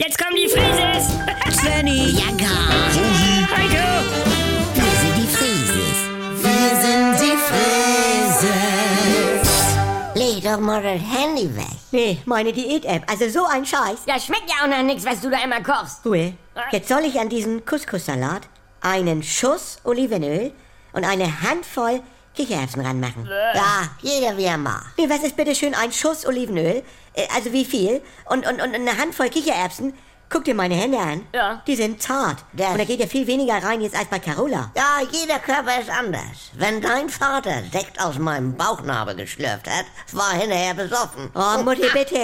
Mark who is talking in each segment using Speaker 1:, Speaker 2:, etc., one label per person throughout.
Speaker 1: Jetzt kommen die Frieses!
Speaker 2: Svenny.
Speaker 3: Ja, gar.
Speaker 1: Heiko!
Speaker 3: Wir sind die Frieses. Wir sind die Frieses. Leg doch mal das Handy weg.
Speaker 2: Nee, meine Diät-App. Also so ein Scheiß.
Speaker 4: Das schmeckt ja auch nach nichts, was du da immer kochst.
Speaker 2: Ruhe. Jetzt soll ich an diesen Couscous-Salat einen Schuss Olivenöl und eine Handvoll Kichererbsen ranmachen.
Speaker 3: Ja, jeder wie er mag.
Speaker 2: Nee, was ist bitte schön ein Schuss Olivenöl? Äh, Also wie viel? Und, und, und eine Handvoll Kichererbsen? Guck dir meine Hände an.
Speaker 4: Ja.
Speaker 2: Die sind zart.
Speaker 3: Das-
Speaker 2: Und da geht ja viel weniger rein jetzt als bei Carola.
Speaker 3: Ja, jeder Körper ist anders. Wenn dein Vater Sekt aus meinem Bauchnabel geschlürft hat, war hinterher besoffen.
Speaker 2: Oh, Mutti, bitte.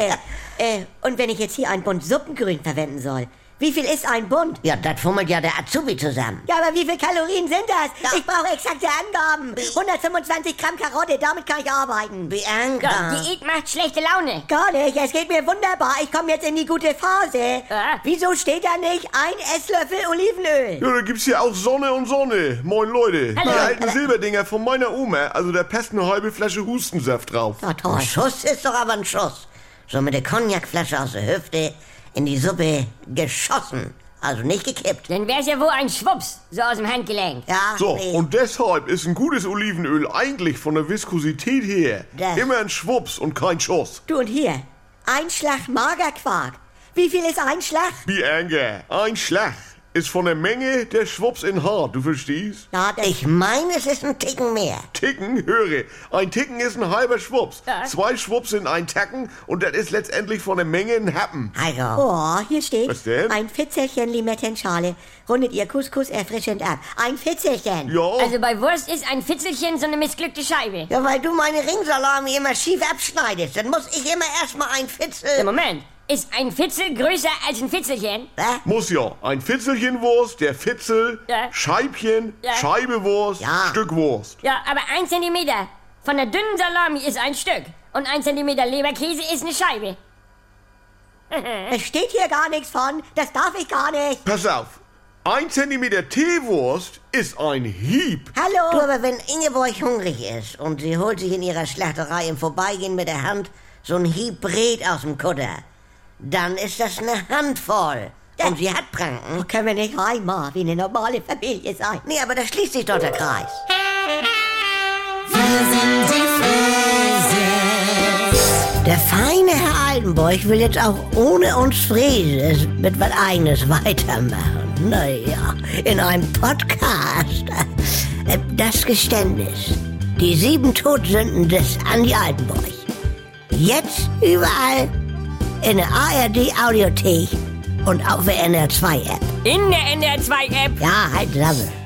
Speaker 2: äh, und wenn ich jetzt hier einen Bund Suppengrün verwenden soll, wie viel ist ein Bund?
Speaker 3: Ja, das fummelt ja der Azubi zusammen.
Speaker 2: Ja, aber wie viele Kalorien sind das? Ich brauche exakte Angaben. 125 Gramm Karotte, damit kann ich arbeiten.
Speaker 4: Ja,
Speaker 3: Bianca.
Speaker 4: Diät macht schlechte Laune.
Speaker 2: Gar nicht, es geht mir wunderbar. Ich komme jetzt in die gute Phase.
Speaker 4: Ah.
Speaker 2: Wieso steht da nicht ein Esslöffel Olivenöl?
Speaker 5: Ja, da gibt's hier auch Sonne und Sonne. Moin Leute.
Speaker 4: Hallo.
Speaker 5: Die alten Silberdinger von meiner Oma. Also da passt eine halbe Flasche Hustensaft drauf.
Speaker 2: Ja, toll.
Speaker 3: Ein Schuss ist doch aber ein Schuss. So mit der Cognacflasche aus der Hüfte in die Suppe geschossen. Also nicht gekippt.
Speaker 4: Dann wär's ja wohl ein Schwupps, so aus dem Handgelenk.
Speaker 3: Ja,
Speaker 5: So,
Speaker 3: nee.
Speaker 5: und deshalb ist ein gutes Olivenöl eigentlich von der Viskosität her
Speaker 3: Das-
Speaker 5: immer ein Schwupps und kein Schuss.
Speaker 2: Du und hier, ein Schlag Magerquark. Wie viel ist ein Schlag?
Speaker 5: Bianca, ein Schlag ist von der Menge der Schwupps in Hart, du verstehst?
Speaker 2: Ja, das
Speaker 3: Ich meine, es ist ein Ticken mehr.
Speaker 5: Ticken, höre. Ein Ticken ist ein halber Schwupps.
Speaker 4: Ja.
Speaker 5: Zwei Schwupps sind ein Tacken und das ist letztendlich von der Menge ein Happen.
Speaker 3: Heiko,
Speaker 2: Oh, hier steht
Speaker 5: Was denn?
Speaker 2: ein Fitzelchen Limettenschale. Rundet ihr Couscous erfrischend ab. Ein Fitzelchen.
Speaker 5: Ja.
Speaker 4: Also bei Wurst ist ein Fitzelchen so eine missglückte Scheibe.
Speaker 3: ja, weil du meine Ringsalami immer schief abschneidest, dann muss ich immer erstmal ein Fitzel...
Speaker 4: Moment, ist ein Fitzel größer als ein Fitzelchen?
Speaker 3: Hä?
Speaker 5: Muss ja. Ein Fitzelchenwurst, der Fitzel,
Speaker 4: Ja.
Speaker 5: Scheibchen,
Speaker 4: Ja.
Speaker 5: Scheibewurst,
Speaker 3: Ja.
Speaker 5: Stückwurst.
Speaker 4: Ja, aber ein Zentimeter von der dünnen Salami ist ein Stück. Und ein Zentimeter Leberkäse ist eine Scheibe.
Speaker 2: Es steht hier gar nichts von. Das darf ich gar nicht.
Speaker 5: Pass auf. Ein Zentimeter Teewurst ist ein Hieb.
Speaker 3: Du,
Speaker 2: Hallo.
Speaker 3: aber wenn Ingeborg hungrig ist und sie holt sich in ihrer Schlachterei im Vorbeigehen mit der Hand so ein Hieb Bret aus dem Kutter, dann ist das eine Handvoll. Und sie hat Pranken.
Speaker 2: Können wir nicht einmal wie eine normale Familie sein?
Speaker 3: Nee, aber da schließt sich doch der Kreis. Der feine Herr Altenburg will jetzt auch ohne uns Frieses mit was Eigenes weitermachen. Naja, in einem Podcast. Äh, Das Geständnis. Die sieben Todsünden des Andi Altenburg. Jetzt überall in der ARD-Audiothek und auf der NR2-App.
Speaker 4: In der NDR 2 App.
Speaker 3: Ja, halt Sammel.